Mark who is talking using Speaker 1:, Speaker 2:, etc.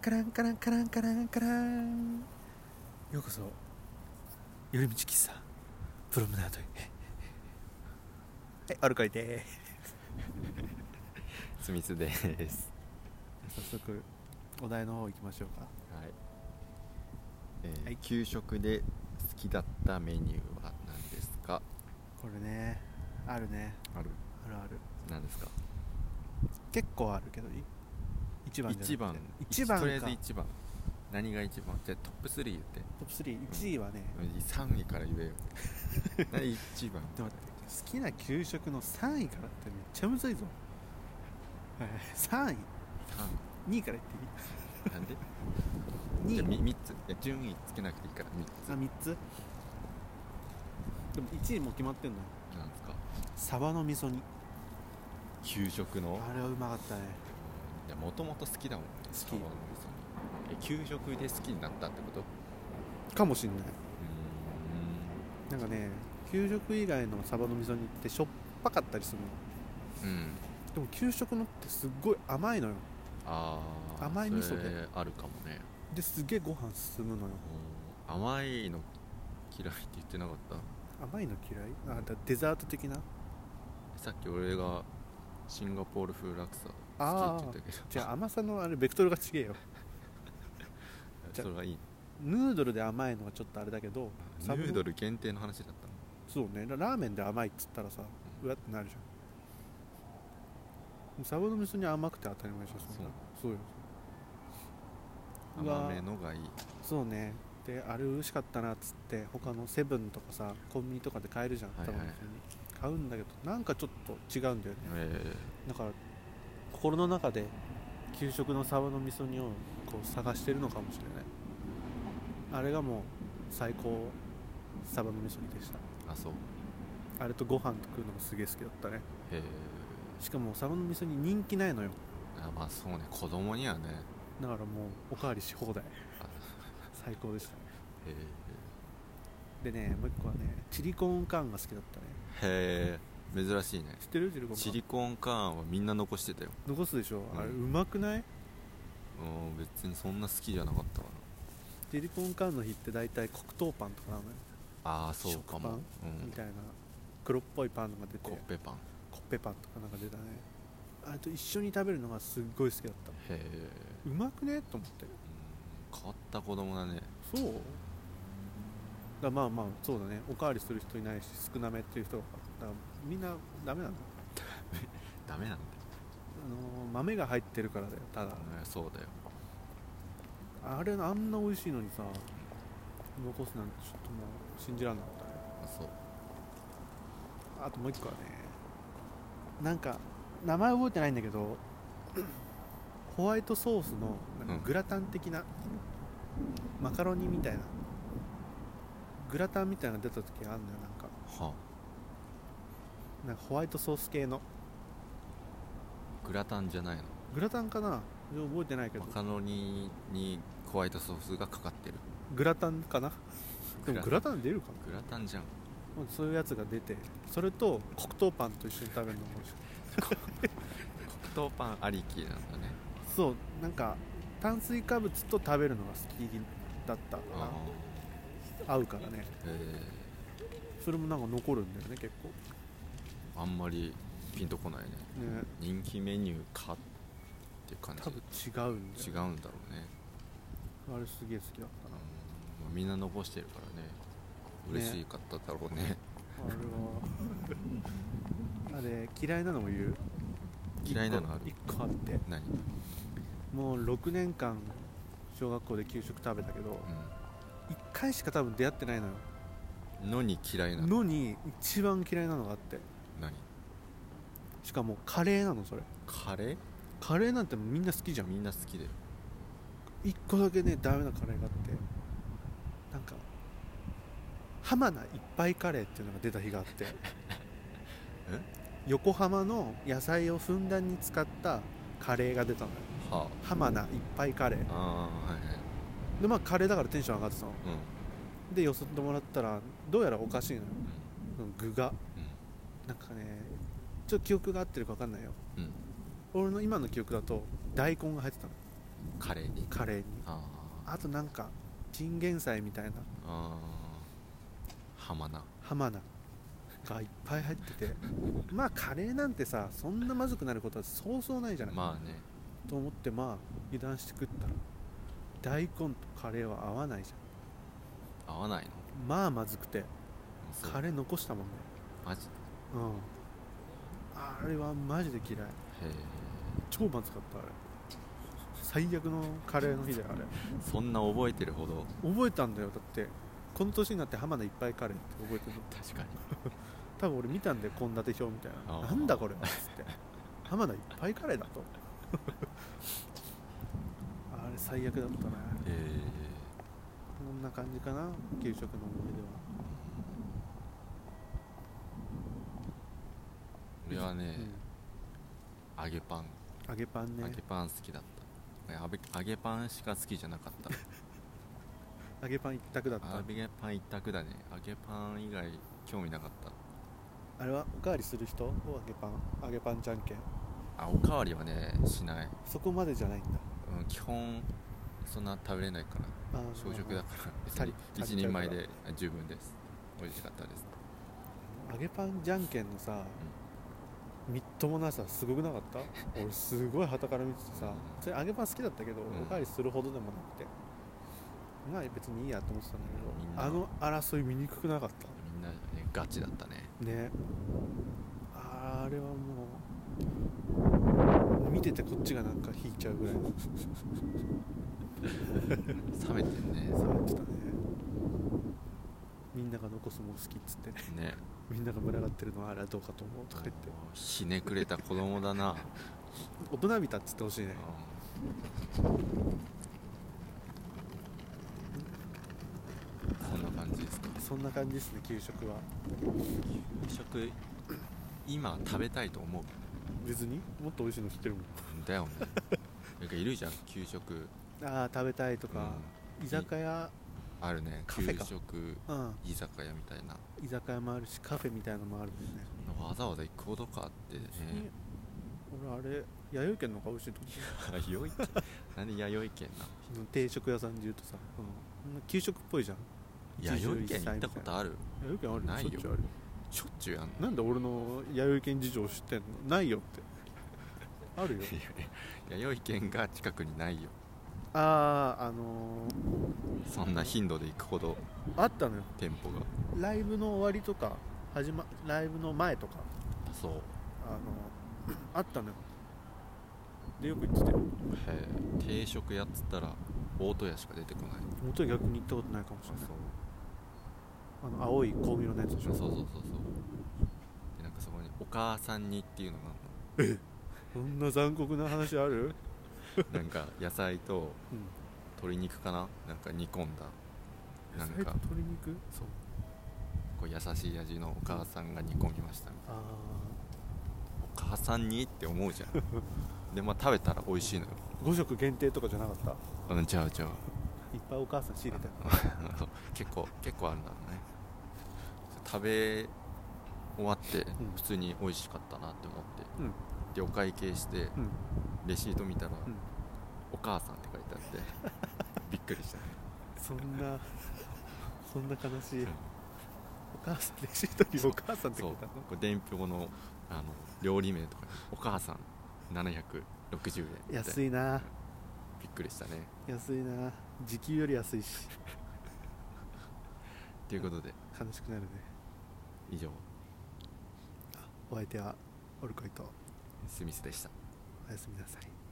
Speaker 1: カランカランカランカランカランようこそ寄り道喫茶プロムナードへはいアルカリで
Speaker 2: スミスです。
Speaker 1: す早速お題の方行きましょうか
Speaker 2: はい。えー
Speaker 1: はい
Speaker 2: 給食で好きだったメニューは何ですか？
Speaker 1: これねあるね
Speaker 2: ある。
Speaker 1: あるある
Speaker 2: 何ですか？
Speaker 1: 結構あるけどいい一番じ
Speaker 2: 一
Speaker 1: ゃな
Speaker 2: 番
Speaker 1: くて。一番か
Speaker 2: とりあえず一番。何が一番？じゃあトップ3言って。
Speaker 1: トップ31位はね、
Speaker 2: 3位から言えよ。 何一番？
Speaker 1: でも待って好きな給食の3位からってめっちゃむずいぞはい3
Speaker 2: 三
Speaker 1: 位2位からいっ
Speaker 2: 位。なんで？
Speaker 1: ていい
Speaker 2: じゃ
Speaker 1: 2
Speaker 2: あみ
Speaker 1: 位
Speaker 2: 三つ。いや順位つけなくていいから三つ。
Speaker 1: あ3つでも1位もう決まってんのよ
Speaker 2: なんですか？
Speaker 1: サバの味噌煮
Speaker 2: 給食の。
Speaker 1: あれはうまかったね
Speaker 2: いやもともと好きだもんね。
Speaker 1: 好き
Speaker 2: サバの味噌煮え給食で好きになったってこと？
Speaker 1: かもしんないう
Speaker 2: ーん。
Speaker 1: なんかね給食以外のサバの味噌煮ってしょっぱかったりするの
Speaker 2: うん、
Speaker 1: でも給食のってすっごい甘いのよ
Speaker 2: あー
Speaker 1: 甘い味噌で
Speaker 2: それあるかもね
Speaker 1: ですげえご飯進むのよ
Speaker 2: うん甘いの嫌いって言ってなかった
Speaker 1: 甘いの嫌いあだデザート的な
Speaker 2: さっき俺がシンガポール風ラクサ
Speaker 1: あ
Speaker 2: 好き
Speaker 1: あ
Speaker 2: って言ったけど
Speaker 1: じゃあ甘さのあれベクトルが違えよじゃあ
Speaker 2: それはいい
Speaker 1: ヌードルで甘いのはちょっとあれだけど
Speaker 2: ヌード
Speaker 1: ル
Speaker 2: ル限定の話だったの
Speaker 1: そうねララーメンで甘いっつったらさうわってなるじゃんでもサバの味噌煮甘くて当たり前じゃんそんなそうようわ
Speaker 2: 甘めのがいい
Speaker 1: そうねであれ美味しかったなっつって他のセブンとかさコンビニとかで買えるじゃん、
Speaker 2: はいはい
Speaker 1: 多分普通に買うんだけどなんかちょっと違うんだよね
Speaker 2: え
Speaker 1: だから心の中で給食のサバの味噌煮をこう探してるのかもしれないあれがもう最高サバの味噌煮でし
Speaker 2: ー、あそう
Speaker 1: たあれとご飯と食うのもすげえ好きだったね
Speaker 2: え
Speaker 1: しかもサバの味噌煮人気ないのよ
Speaker 2: ー、あまあそうね子供にはね
Speaker 1: だからもうおかわりし放題
Speaker 2: あ
Speaker 1: 最高でしたね
Speaker 2: え
Speaker 1: でねもう一個はねチリコーンカーンが好きだったね
Speaker 2: ー、へえ珍しいね
Speaker 1: 知ってるチリコーンカーン
Speaker 2: シリコンカーンはみんな残してたよ
Speaker 1: 残すでしょ、
Speaker 2: うん
Speaker 1: あれうまくない
Speaker 2: うん別にそんな好きじゃなかったかな
Speaker 1: チリコンカーンの日って大体黒糖パンとかなのよ、
Speaker 2: ああそうかも
Speaker 1: 食
Speaker 2: うん
Speaker 1: みたいな黒っぽいパンとか出て
Speaker 2: コ
Speaker 1: コ
Speaker 2: ッペパン
Speaker 1: ッペパンとかなんか出たねあれと一緒に食べるのがすっごい好きだった
Speaker 2: へえ
Speaker 1: うまくねと思って
Speaker 2: 変わった子供だね
Speaker 1: そうだまあまあそうだねおかわりする人いないし少なめっていう人がだからみんなダメなんだ
Speaker 2: ダメなんだよ
Speaker 1: あのー豆が入ってるからだよただ
Speaker 2: うんそうだよ
Speaker 1: あれあんな美味しいのにさ残すなんてちょっともう信じらんなかったね
Speaker 2: そう
Speaker 1: あともう一個はねなんか名前覚えてないんだけどホワイトソースのなん
Speaker 2: うん
Speaker 1: かグラタン的な、マカロニみたいなグラタンみたいなの出た時あるんだよなんか
Speaker 2: は
Speaker 1: なんかホワイトソース系の
Speaker 2: あグラタンじゃないの
Speaker 1: グラタンかな覚えてないけど
Speaker 2: マカロニにホワイトソースがかかってる
Speaker 1: グラタンかなでもグラ
Speaker 2: ン
Speaker 1: タン出るか
Speaker 2: グラタンじゃん
Speaker 1: なもうそういうやつが出てそれと黒糖パンと一緒に食べるのも美味しい
Speaker 2: 黒糖パンありきなんだね
Speaker 1: そうなんか炭水化物と食べるのが好きだったか
Speaker 2: あ
Speaker 1: な合うからね
Speaker 2: あえ
Speaker 1: それもなんか残るんだよね結構
Speaker 2: ー、あんまりピンとこないね
Speaker 1: ね
Speaker 2: 人気メニューかっていう感じ
Speaker 1: 多分違うんだよ
Speaker 2: 違うんだろうね
Speaker 1: あれすげえ好きだったな
Speaker 2: うんまあみんな残してるからね嬉しかっただろうね
Speaker 1: あれはあれ嫌いなのも言う
Speaker 2: 嫌いなのある
Speaker 1: 1個あって
Speaker 2: 何、うん、
Speaker 1: もう6年間小学校で給食食べたけど1回しか多分出会ってないのよ
Speaker 2: のに嫌いなの
Speaker 1: のに一番嫌いなのがあって
Speaker 2: 何
Speaker 1: しかもカレーなのそれ
Speaker 2: カレー
Speaker 1: カレーなんてみんな好きじゃん
Speaker 2: みんな好きだよ
Speaker 1: 1個だけねダメなカレーがあってなんか浜名いっぱいカレーっていうのが出た日があって横浜の野菜をふんだんに使ったカレーが出たのよ
Speaker 2: は
Speaker 1: 浜名いっぱいカレー
Speaker 2: あああはいはい
Speaker 1: でまあカレーだからテンション上がってたの
Speaker 2: うん
Speaker 1: でよそってもらったらどうやらおかしいのよその具が
Speaker 2: う
Speaker 1: なんかねちょっと記憶が合ってるか分かんないよ
Speaker 2: んうんうん
Speaker 1: 俺の今の記憶だと大根が入ってたの
Speaker 2: カレーに
Speaker 1: カレーに
Speaker 2: あー
Speaker 1: あとなんかチンゲン菜みたいな
Speaker 2: あー浜名
Speaker 1: 浜名がいっぱい入っててまあカレーなんてさそんなまずくなることはそうそうないじゃない、
Speaker 2: まあね
Speaker 1: と思ってまあ油断して食ったら大根とカレーは合わないじ
Speaker 2: 合わないの
Speaker 1: ゃんまあまずくて
Speaker 2: そう
Speaker 1: カレー残したもんね
Speaker 2: マジへ
Speaker 1: うんあれはマジで嫌い
Speaker 2: え
Speaker 1: 超まずかったあれ最悪のカレーの日だよあれ
Speaker 2: そんな覚えてるほど
Speaker 1: 覚えたんだよだってこの年になって浜田いっぱいカレーって覚えてるの
Speaker 2: 確かに
Speaker 1: 多分俺見たんで献立表みたいな
Speaker 2: あー
Speaker 1: なんだこれはっつって浜田いっぱいカレーだ とあれ最悪だったね
Speaker 2: へえ
Speaker 1: こんな感じかな給食の思い出は
Speaker 2: 俺はね、
Speaker 1: う
Speaker 2: 揚げパン
Speaker 1: ん、揚げパンね
Speaker 2: 揚げパン好きだった揚げ揚げパンしか好きじゃなかった
Speaker 1: 揚げパン一択だった
Speaker 2: 揚げパン一択だね揚げパン以外興味なかっ
Speaker 1: あれはおかわりする人を揚げパン揚げパンじゃんけん
Speaker 2: たあおかわりはねしない、
Speaker 1: そこまでじゃないんだ
Speaker 2: うん、基本そんな食べれないから
Speaker 1: あー
Speaker 2: 小食だから別
Speaker 1: 足
Speaker 2: に
Speaker 1: り足りちゃうから
Speaker 2: 一人前で十分です美味しかったです
Speaker 1: 揚げパンじゃんけんのさ、みっともなさすごくなかった俺すごい傍から見ててさそれ揚げパン好きだったけど、
Speaker 2: う
Speaker 1: お
Speaker 2: ん
Speaker 1: かわりするほどでもなくてまあ別にいいやと思ってたんだ
Speaker 2: みん
Speaker 1: け
Speaker 2: な
Speaker 1: どあの争い見にくくなかった
Speaker 2: みんな、ね、ガチだったね
Speaker 1: ねあれはもう見ててこっちがなんか引いちゃうぐらい
Speaker 2: 冷めてんね
Speaker 1: 触ってたねみんなが残すもん好きっつって
Speaker 2: ね
Speaker 1: みんなが群がってるのはあれはどうかと思うとか言って
Speaker 2: もうひねくれた子供だな、
Speaker 1: 大人びたっつってほしいね
Speaker 2: うそんな感じですか
Speaker 1: そんな感じですね給食は
Speaker 2: 給食今食べたいと思う
Speaker 1: 別にもっと美味しいの知ってるもん
Speaker 2: だよねなんかいるじゃん給食
Speaker 1: ああ食べたいとか、居酒屋
Speaker 2: あるね
Speaker 1: カフ
Speaker 2: 給
Speaker 1: ェか
Speaker 2: 食
Speaker 1: うん
Speaker 2: 居酒屋みたいな
Speaker 1: 居酒屋もあるしカフェみたいのもあるんだよね
Speaker 2: わざわざ行くほどかってね
Speaker 1: 俺あれ弥生県の方が美味しいと思
Speaker 2: 弥生県 なんで弥生県な
Speaker 1: う定食屋さんで言うとさ、うん、給食っぽいじゃん
Speaker 2: の弥生県行ったことある
Speaker 1: 弥生県ある
Speaker 2: ないよ
Speaker 1: しょっちゅうある
Speaker 2: しょっちゅうやんの
Speaker 1: なんで俺の弥生県事情知ってんのないよってあ るよ
Speaker 2: 弥生県が近くにないよ
Speaker 1: あああの
Speaker 2: そんな頻度で行くほど
Speaker 1: ー、あったのよ
Speaker 2: 店舗が
Speaker 1: ライブの終わりとか始、ま、ライブの前とか
Speaker 2: そう
Speaker 1: あのあったのよでよく行ってたよ
Speaker 2: へえ定食屋っつったら大戸屋しか出てこない
Speaker 1: 本当に逆に行ったことないかもしれない
Speaker 2: そ
Speaker 1: あの青い香味のやつでしょ
Speaker 2: うそうそうそうそうでなんかそこに「お母さんに」っていうのがあんの
Speaker 1: そんな残酷な話ある、
Speaker 2: なんか野菜
Speaker 1: うん、
Speaker 2: と鶏肉かななんか煮込んだなん
Speaker 1: 野菜と
Speaker 2: か
Speaker 1: 鶏肉
Speaker 2: そうこう優しい味のお母さんが煮込みましたみたい
Speaker 1: あ
Speaker 2: なお母さんにって思うじゃん でまあ食べたら美味しいのよ
Speaker 1: あ5食限定とかじゃなかったい
Speaker 2: うんちゃうちゃう
Speaker 1: っぱいお母さん仕入れたよ
Speaker 2: そう結構結構あるんだろうね食べ終わって
Speaker 1: ん
Speaker 2: 普通に美味しかったなって思って
Speaker 1: うん
Speaker 2: でお会計して
Speaker 1: うん
Speaker 2: レシート見たら
Speaker 1: うん
Speaker 2: 「お母さん」って書いてあって びっくりした
Speaker 1: そん なそんな悲しいお母さんレシートにお母さんって
Speaker 2: そ
Speaker 1: 書
Speaker 2: う
Speaker 1: いたの
Speaker 2: これ伝票のあの料理名とかに「お母さん760円」
Speaker 1: 安
Speaker 2: い
Speaker 1: いな
Speaker 2: びっくりしたね
Speaker 1: 安いな時給より安いし
Speaker 2: ということで
Speaker 1: 悲しくなるね
Speaker 2: 以上
Speaker 1: お相手はオルコイと
Speaker 2: スミスでした
Speaker 1: おやすみなさい